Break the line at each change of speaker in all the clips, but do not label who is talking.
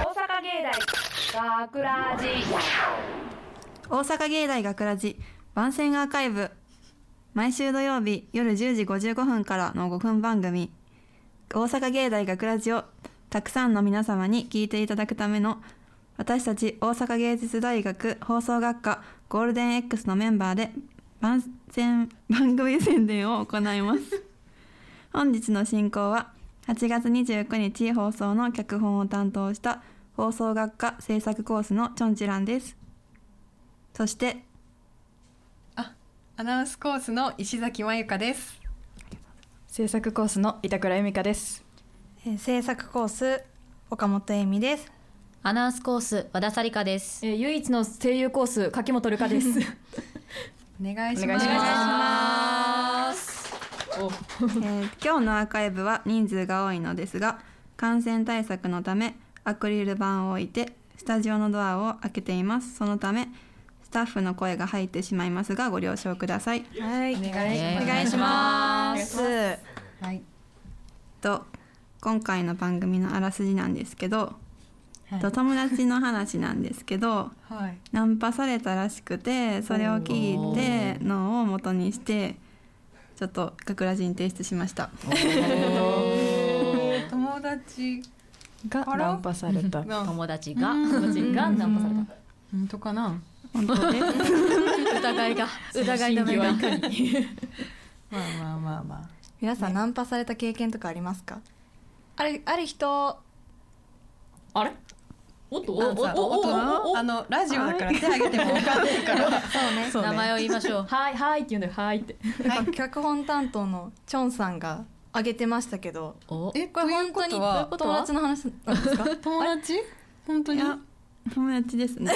大学ラジ
大阪芸大学ラジ番宣アーカイブ毎週土曜日夜10時55分からの5分番組大阪芸大学ラジをたくさんの皆様に聞いていただくための私たち大阪芸術大学放送学科ゴールデン X のメンバーで番宣番組宣伝を行います 本日の進行は8月29日放送の脚本を担当した放送学科制作コースのチョンチランですそして
アナウンスコースの石崎まゆかです。
制作コースの板倉由美香です。
えー制作コース岡本恵美です。
アナウンスコース和田紗理香です。
えー、唯一の声優コース柿本るか です。
お願いします。
お願いし
えー今日のアーカイブは人数が多いのですが感染対策のためアクリル板を置いてスタジオのドアを開けていますそのためスタッフの声が入ってしまいますがご了承ください
はい、お
願いします
お願いします。
はい。
と今回の番組のあらすじなんですけど、と友達の話なんですけど
はい。
ナンパされたらしくてそれを聞いてのを元にしてちょっと学ラジに提出しました
友達
が
あら
ナンパされた。
が
友達が
うん
友達がナンパさ
本当かな。
本当です
れた疑いが疑いの目が
まあまあまあまあ。
皆さんナンパされた経験とかありますか？あるある人
あれおっとお
あ
お
さ
おおお
あのラジオだから手挙げてもわかんないから。
そう
名前を言いましょうはいはいって言うんだよはいって
ね。 なんか脚本担当のチョンさんが挙げてましたけど、
お
え、
これ本当に
ということは
友達の 話なんですか？
友達？本当
い
に。
や友達ですね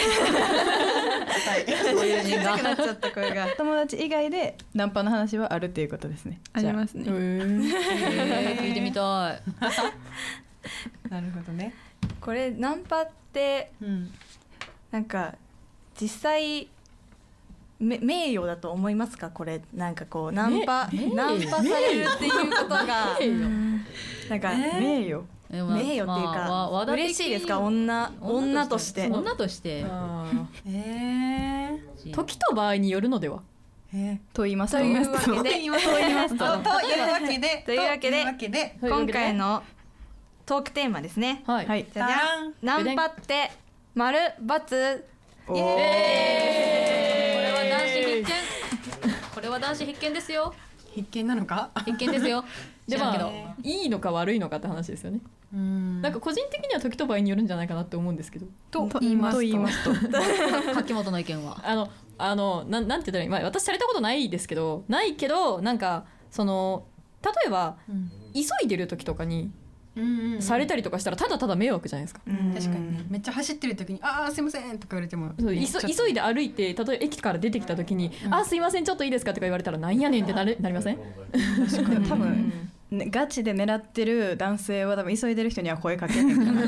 友人が
なっちゃった声が。
友達以外でナンパの話はあるっていうことですね。
ありますね
じゃあうん
えー聞いてみたい
なるほどね。
これナンパって
うん。
なんか実際め名誉だと思いますかこれなんかこうナンパ
名誉
ナンパされるっていうことがなんか
え
名誉。
名
名誉っていうか嬉しいですか女女として
女として
ええ。
時と場合によるのでは
え
と言います
というわけで
言いますとというわけで
というわけで
というわけで
今回のトークテーマですね
は い
はい。
じゃじゃんナンパって丸バツ
おー
これは男子必見これは男子必見ですよ
必見なのか
必見ですよ
で
知らんけど
まあいいのか悪いのかって話ですよね、
うん
なんか個人的には時と場合によるんじゃないかなって思うんですけど
と
と
言います
と
と
言いますと。
柿本の意見は
あのあのなんなんて言ったらいい、まあ、私されたことないですけどないけどなんかその例えば
うん
急いでる時とかに
うんうん
されたりとかしたらただただ迷惑じゃないですか、
確かにねめっちゃ走ってる時に「ああすいません」とか言われても
そう
ね
い
ちょ
そ
っと
急いで歩いて例えば駅から出てきた時に「あすいませんちょっといいですか」とか言われたら「なんやねん」ってなれなりません
でも多分ねガチで狙ってる男性は多分急いでる人には声かけないから。
確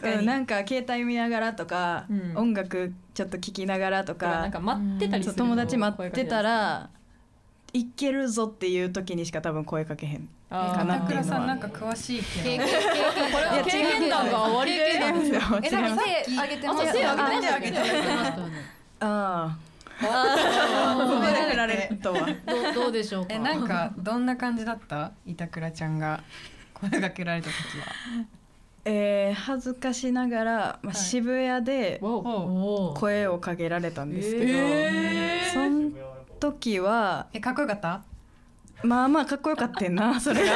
か
うん
に
なんか携帯見ながらとか、
うん
音楽ちょっと聞きながらと
とかな
か
んか待ってたりす
そう
る
友達待ってたら行けるぞっていう時にしか多分声かけへん
あ
か
ー
な
片
っていうの
倉
は
さんなんか詳しいけ
経
ど
験これは経験談が終わりで
違いますよ
え
違い
なん
ま
か
す
手挙げて
あ
ま
と
す
手挙げて
あ
ますよね
あ
褒められ
あ
て
と は
どうどうでしょうか
えなんかどんな感じだった板倉ちゃんが声かけられた時
えー恥ずかしながら、まあ
い
渋谷で
わお
はおう
おー
声をかけられたんですけど、その時は
えかっこよかった
まあまあかっこよかったん なそれが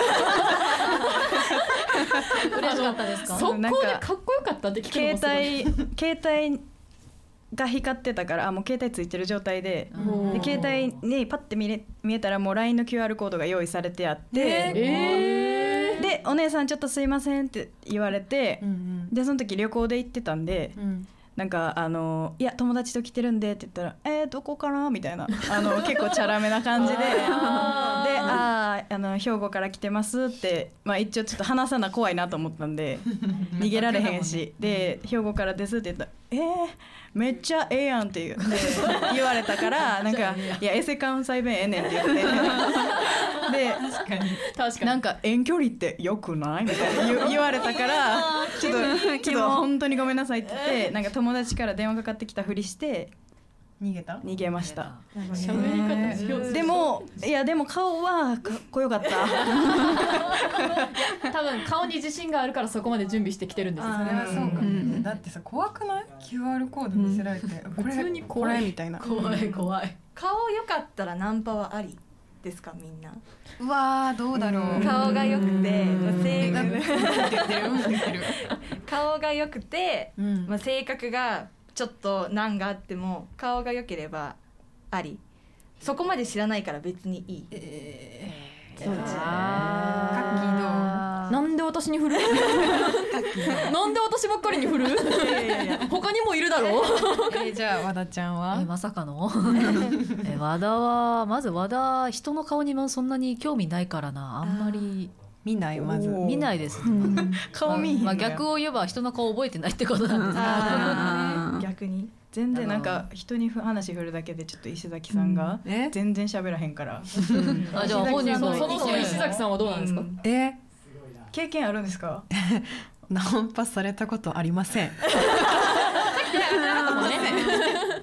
嬉しかったですか
速攻でかっこよかったって聞くの
携
もすごい
帯携帯が光ってたからあもう携帯ついてる状態で
うん
で携帯にパッて見れ見えたらもう LINE の QR コードが用意されてあって、
えー
で「お姉さんちょっとすいません」って言われて、
ん
でその時旅行で行ってたんで、
うん
なんかあの「いや友達と来 てるんで」って言ったら「えー、どこかな?」みたいなあの結構チャラめな感じでで「
あーあ
あーあの兵庫から来てますって、まあ、一応ちょっと話さな怖いなと思ったんで逃げられへんしで兵庫からですって言ったら「えー、めっちゃええやん」って言うで言われたからなんか「いやエセ関西弁ええねん」って言 ってで
確かに
ー確か
なん
に
か遠距離ってよくないみたいな言う言われたからちょっとちょっと本当にごめんなさいって言ってなんか友達から電話かかってきたふりして
逃げた
逃げました
喋り方上手
でもいやでも顔はかっこよかった。
多分顔に自信があるからそこまで準備してきてるんですよ
あーそれはそうかも、
うん
だってさ怖くない QR コード見せられて、これ
普通に怖い
これみたいな
怖い怖い
顔良かったらナンパはありですかみんな
うわーどうだろう、うん、
顔が良くて、まあ性
うんって言
格
ってるうんって言ってる、
顔が良くて、
うん
まあ、性格がちょっと難があっても顔が良ければありそこまで知らないから別にいい
そうですね
あ
なんで私に振るなんで私ばっかりに振る他にもいるだろう
えーじゃあ和田ちゃんは
えまさか のえ和田はまず和田人の顔にもそんなに興味ないからなあんまり
見ないまず
見ないです
顔見えへん
ま
の
あ
よ
逆を言えば人の顔覚えてないってことなんですけど
あ
逆に
全然なんか人にふ話振るだけでちょっと石崎さんが
え
全然喋らへんから、
あじゃあ本人
そ
の
うそもそも石崎さんはどうなんですか、
うん
え
経験あるんですか
ナンパされたことありません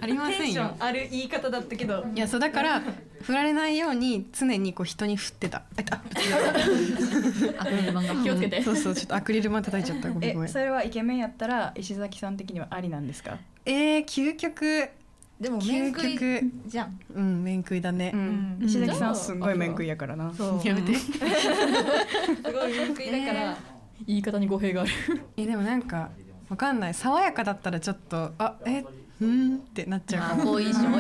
ありませ
テン
ん
ショ
よ
ンある言い方だったけど
いやそうだから振られないように常にこう人に振ってたああ
アクリル板が
気をつけて
そうそうちょっとアクリル板叩いちゃったごめん
え
ごめん
それはイケメンやったら石崎さん的にはありなんですか
えー、究極
でも面
究
食い
極
じゃん
うん面食いだね、
ん石崎さんすんごい面食いやからな
そう
やめて
すごい面食いだから、
言い方に語弊がある
えでもなんかわかんない爽やかだったらちょっとあえ うんってなっちゃうか
あ
も
好印象やっぱ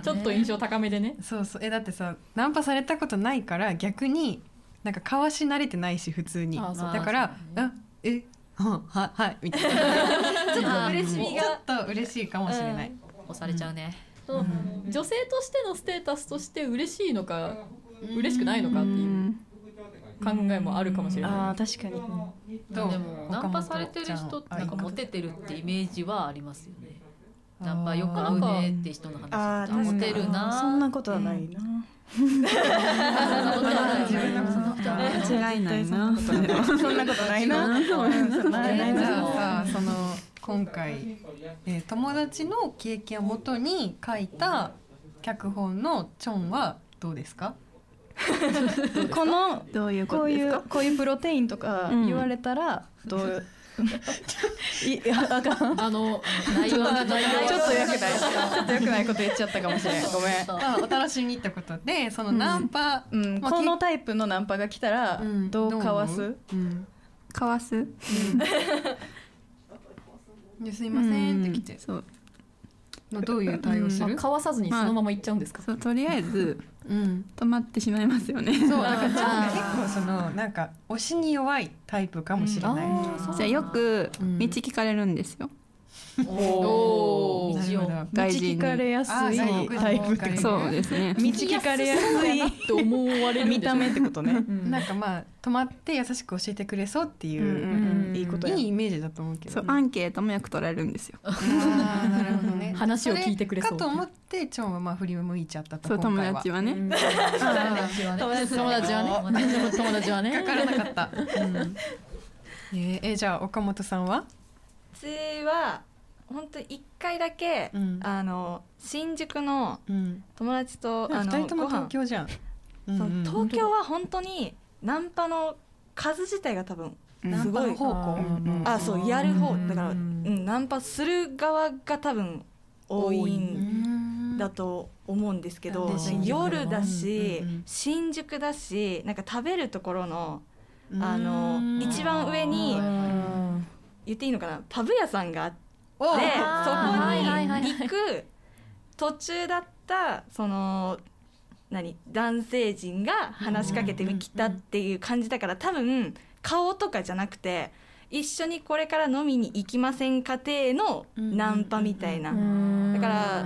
り
ーちょっと印象高めでね
そうそうえだってさナンパされたことないから逆になんかかわし慣れてないし普通に
あそう
だから「あえはははい」みたいな
ちょっと
嬉しみ
ちょ
が
っと嬉しいかもしれない、
押されちゃうね
そう女性としてのステータスとして嬉しいのか嬉しくないのかっていう考えもあるかもしれ
あ
な
ー確かに、
で
どう
もナンパされてる人ってなんかモテてるってイメージはありますよねナンパよく会うねって人の話ってモテるな
そんなことはないな、
そんなことはない
自分のことはない
間違いないなそれは
そんなことないな
え
ない
じゃあさその今回、えー友達の経験をもとに書いた脚本のチョンはどうですか
この
どういうこ
ことう
で
い
す
う
か
こういうプロテインとか言われたらどう、いやあかん
あの
内容が内容
ちょっと良くない。ちょっと良くないこと言っちゃったかもしれん。ごめん。
まあお楽しみってことでそのナンパ、
うん、
まあ
このタイプのナンパが来たら、
うん
どうかわ
どう
す
うん
かわす
ですいませんって来て、
そう
のどういう対応する、
かわさずにそのまま行っちゃうんですか、
そうとりあえず
うん
止まってしまいますよね
そうだからちょっと結構そのなんか推しに弱いタイプかもしれない、
ー
じゃあよく道
うん
聞かれるんですよ、
なる
おー一
ほ
応
ど
道
外人に
聞かれやす
あ
い
外国人
タイプって
う
こ
ん
と。
そうですね
道聞かれやすい
って思われるん
見
でしょ
た目ってことね。
うん
なんかまあ止まって優しく教えてくれそうっていうう、
んうん
うん
いいことや。
いいイメージだと思うけ
そ
ど
うアンケートもよく取られるんですよ
あーなるほどね
話を聞いてくれそう
そかと思ってチョンはまあ振り向いちゃったと
そう
今
友
回は
達はね、
友達
友達はね友達は
か
ね
からな かった、うんえーえーじゃあ岡本さんは、
普通は本当一回だけ、
うん
あの新宿の
うん、
友達とあ
2
の
人とも
ご飯
東京じゃん、うん
そううん東京は本当にナンパの数自体が多分
うん
すごい
方向
あそうやる方だから、う
うん
ん、ナンパする側が多分多いんだ
だ
と思うんですけど、
で新宿の
夜だし、
うんうんうん
新宿だしなんか食べるところのあの一番上に言っていいのかなパブ屋さんがあってそこに行く途中だったその何男性陣が話しかけてきたっていう感じだから多分顔とかじゃなくて一緒にこれから飲みに行きませんか程のナンパみたいな。だから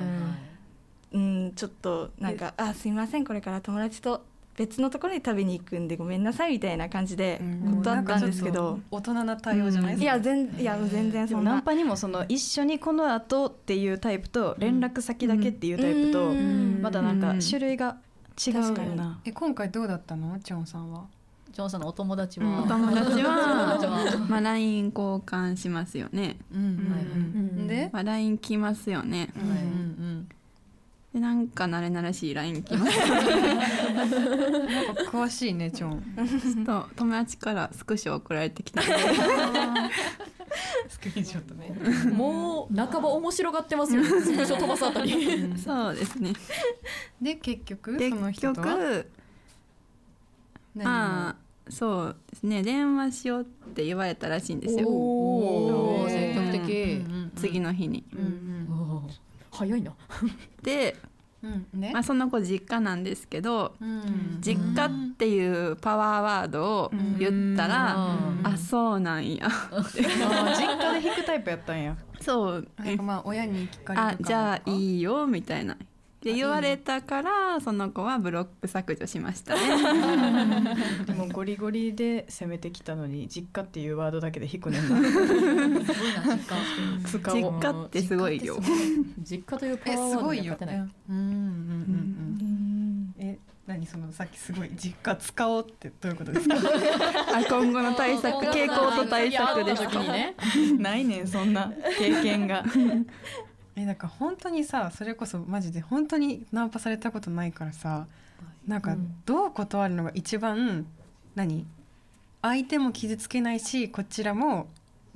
うん、ちょっとなんか「あすいませんこれから友達と別のところに食べに行くんでごめんなさいみたいな感じで
うん
断ったんですけど、
大人な対応じゃない
いや全いやもう全然
で
そ
も
ん
ナン
な
パにもその一緒にこの後っていうタイプと連絡先だけっていうタイプと
うん
まだなんか種類が違うよ
確か
な。
え今回どうだったのチョンさんは
ジョンさんのお友達
うん
お
は、
友達 は、
は
まあ、LINE 交換しますよね、
うんうんうんで
まあ、LINE 来ますよね
うんうん
でなんか慣れ慣れしい LINE 来ます
うんなんか詳しいねチョン
と友達からスクショ送られてきたんで
スクリーンショットね
もう半ば面白がってますよねスクショ飛ばすあたり
そうですね
で結局
で
その
結
人とは
局
何を
まあそうですね電話しようって言われたらしいんですよ
お
お
お
ー
積極
うん
的
うんうん
次の日に。
うん
おー早いな
で、
うんうんね
まあ、その子実家なんですけど
うん
実家っていうパワーワードを言ったら「あそうなんや
あー実家で引くタイプやったんや。」
そう
なんかまあ親に聞かれる
あじゃあ
い
いいよみたいな。で言われたからその子はブロック削除しましたね。
でもゴリゴリで攻めてきたのに実家っていうワードだけで引くねん な。
すごいな実感してる
使おう
実。家ってすごいよ。
実家というパ
え
ワー
す
ワード
ご
に
いよ
勝てない
うんうんうんうんえ何そのさっきすごい実家使おうってどういうことです か
あ今後の対策傾向と対策です
いや会った時にね
ないねんそんな経験が。
えなんか本当にさそれこそマジで本当にナンパされたことないからさなんかどう断るのが一番何相手も傷つけないしこちらも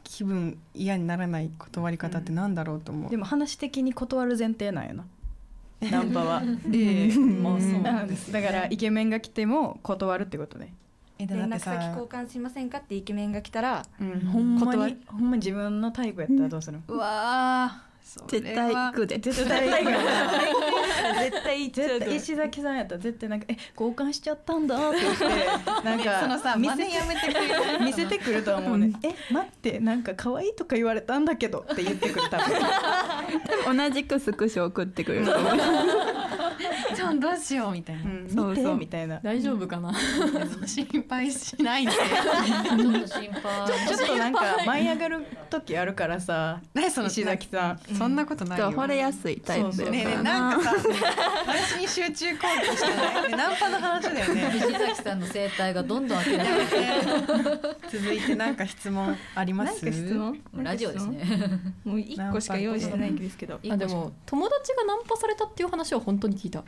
気分嫌にならない断り方ってなんだろうと思う、
でも話的に断る前提なんやな。 ナンパは。
え
まあそう
なんですだからイケメンが来ても断るってことね。
えだ
連
って
絡
さ
先交換しませんかってイケメンが来たら
うん、ほんま
断
にほんまに自分のタイプやったらどうするの
うわーそれ
絶対行
は
くで。
絶対行くよ
絶対行っちゃう
絶対石崎さんやったら絶対なんか「え交換しちゃったんだ」って言ってなんか
そのさ
見
真
せ
似やめてくれる
見せてくるとは思うね「え待ってなんか可愛いとか言われたんだけど」って言ってくる多分
同じくスクショ送ってくれると思う。
ちゃんどうしようみたい
「う
な、
ん
そう
見
そ
て」
う
みたいな
大丈夫かな
心配しないで
ちょっと心配
ちょっとなんか舞い上がる時あるからさ
何その
石崎さん
そんなことない
そう
よ
惚れやすいタイプ
そうそう
ね
や
えね
か
え
らな。
なんかさ話に集中攻撃してない、ね、ナンパの話だよね
石崎さんの生態がどんどん明らかに
続いてなんか質問あります
なんか質問
もうラジオですね
もう一個しか用意してないんですけど
あでも友達がナンパされたっていう話は本当に聞いた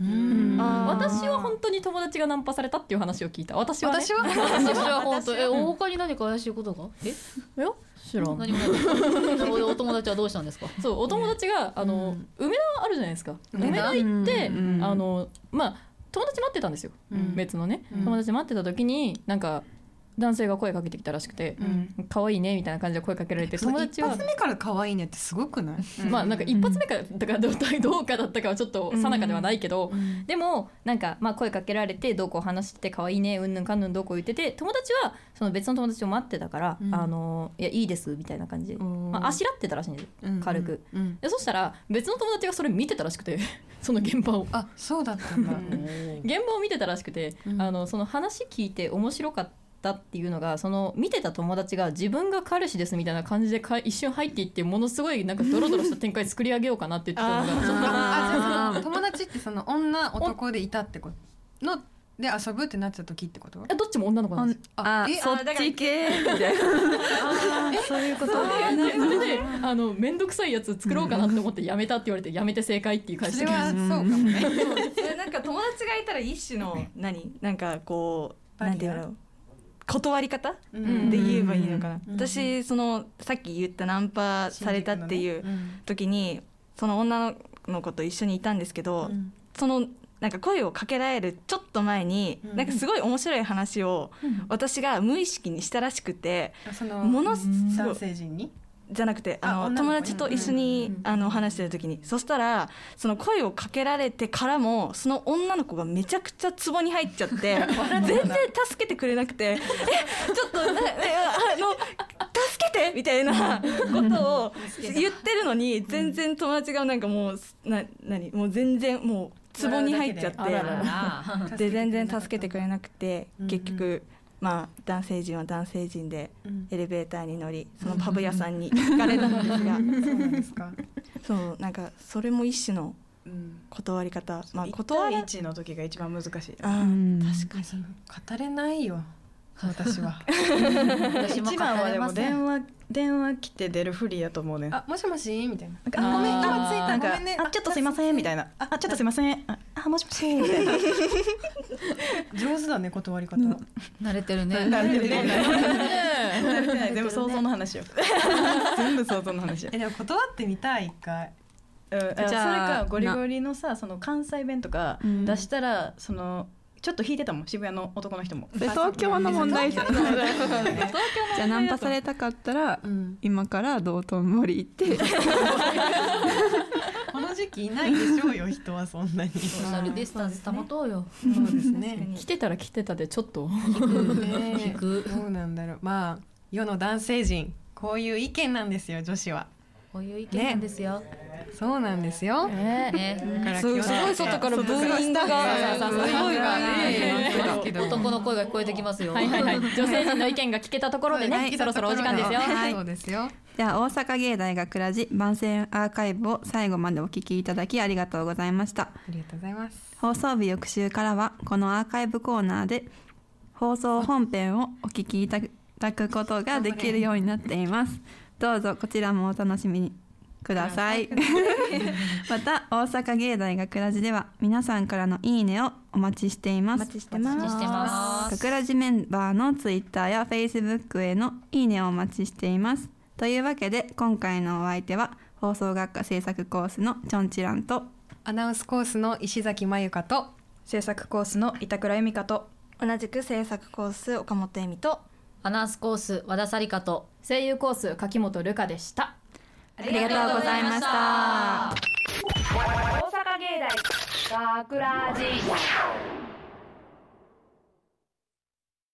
うん
あー
私は本当に友達がナンパされたっていう話を聞いた私は、ね、
私は
私は本当え他に何か怪しいことがえ
え知らん
何もないなるほ どお友達はどうしたんですか
そうお友達があの、梅田あるじゃないですか
梅
梅
田
田行って、
うんうん
あのまあ友達待ってたんですよ、
うん
別のね、
うん
友達待ってた時になんか男性が声かけてきたらしくて
うん
「可愛いね」みたいな感じで声かけられて
そ
友
の一
達は
発。目から可愛いねってすごくない、
まあなんか一発目からだからどうどうかだったかはちょっと定かではないけど、でもなんかまあ声かけられてどうこう話してて可愛いねうんぬんかんぬんどうこう言ってて友達はその別の友達を待ってたから「
うん
あのいやいいです」みたいな感じで、まあ、あしらってたらしいんですよ
うん
軽く、
うん
でそしたら別の友達がそれ見てたらしくて その現場を
あそうだったんだ、
現場を見てたらしくて、
うん
あのその話聞いて面白かったっていうのがその見てた友達が自分が彼氏ですみたいな感じでか一瞬入っていってものすごいなんかドロドロした展開作り上げようかなって言ってたのがちょっ
あ
と
じゃあ
あ
その友達ってその女男でいたってことので遊ぶってなってた時ってこと
えどっちも女の子なんですよ。
あ
え
そっち系みたいな。
それであの面倒くさいやつ作ろうかなって思ってやめたって言われてやめて正解っていう返
そ
して
れ
きま
は
し
そうかもね
それなんか友達がいたら一種の 何なんかこう
バリア
なんていうの断り方
う
で言えばいいのかな、
うん
私そのさっき言ったナンパされたっていう
うん
時に、その女の子と一緒にいたんですけど、
うん
そのなんか声をかけられるちょっと前に、
うん
なんかすごい面白い話を私が無意識にしたらしくて
あその
ものすごい
男性陣に
じゃなくてあの
あ女の
友
子ね
達と一緒に、あの話してる時にそしたらその声をかけられてからもその女の子がめちゃくちゃツボに入っちゃって全然助けてくれなくて えちょっとなえあの助けてみたいなことを言ってるのに全然友達がなんかもうな何もう全然もう。壺に入っちゃっ
あらら
て
ら
で全然助けてくれなくて
うんうん
結局まあ男性陣は男性陣で
うん
エレベーターに乗りそのパブ屋さんに行かれたんですが
そうなんですか。
そうなんかそれも一種の
うん
断り方まあ
一
断
対
ら
一の時が一番難しい
あ
う
ー
ん
確かに
語れないよ。私は。
私も
一
語
番は
れ
で
ま
も
せん
電話電話来て出るふりやと思うねん
あ、もしもしみたいな。
あごめん
あー
今着いた
なん
ん
か
か、あちょっとすいませんみたいなあちょっとすいませんああもしもしみたいな
上手だね断り方。
慣れてるね
慣れてるね慣れてない全部想像の話 よ全部想像の話よ、
えでも断ってみたい一回。
うん、じゃ
ゃ
それ
あ
かゴリゴリのさその関西弁とか
うん
出したら、そのちょっと引いてたもん渋谷の男の人も
で東京の問題じゃ あナンパされたかったら
ん。
今から道頓堀行って
この時期いないでしょうよ人はそんなに。
ソーシャルディスタンス保とうよ
そうです
確か
ね。
に
来てたら来てたでちょっと
ね
聞く
どうなんだろう。まあ世の男性陣こういう意見なんですよ女子は。
こういう意見なんですよ
そうなんですよ。
ね
だから
すごい
気をつけて
すごい外からブーイングが
そうそうそう
すごいわ
ね
男の声が聞こえてきますよ
はいはいはい、女性陣の意見が聞けたところでね、そろそろお時間ですよ。
はい
そうですよ。
では大阪芸大学ラジ番宣アーカイブを最後までお聞きいただきありがとうございました
ありがとうございます。
放送日翌週からはこのアーカイブコーナーで放送本編をお聞きいただくことができるようになっていますどうぞこちらもお楽しみにください また大阪芸大学ラジでは皆さんからのいいねをお待ちしてい
お
ます
待ちしてま
お待ちしてます
学ラジメンバーのツイッターやフェイスブックへのいいねをお待ちしていますというわけで今回のお相手は放送学科制作コースのチョンチランと
アナウンスコースの石崎まゆかと。
制作コースの板倉由美香と
す同じく制作コース岡本恵美と
アナウンスコース和田紗理香と
声優コース柿本瑠香でした。
ありがとうございました
大阪芸大学ラジ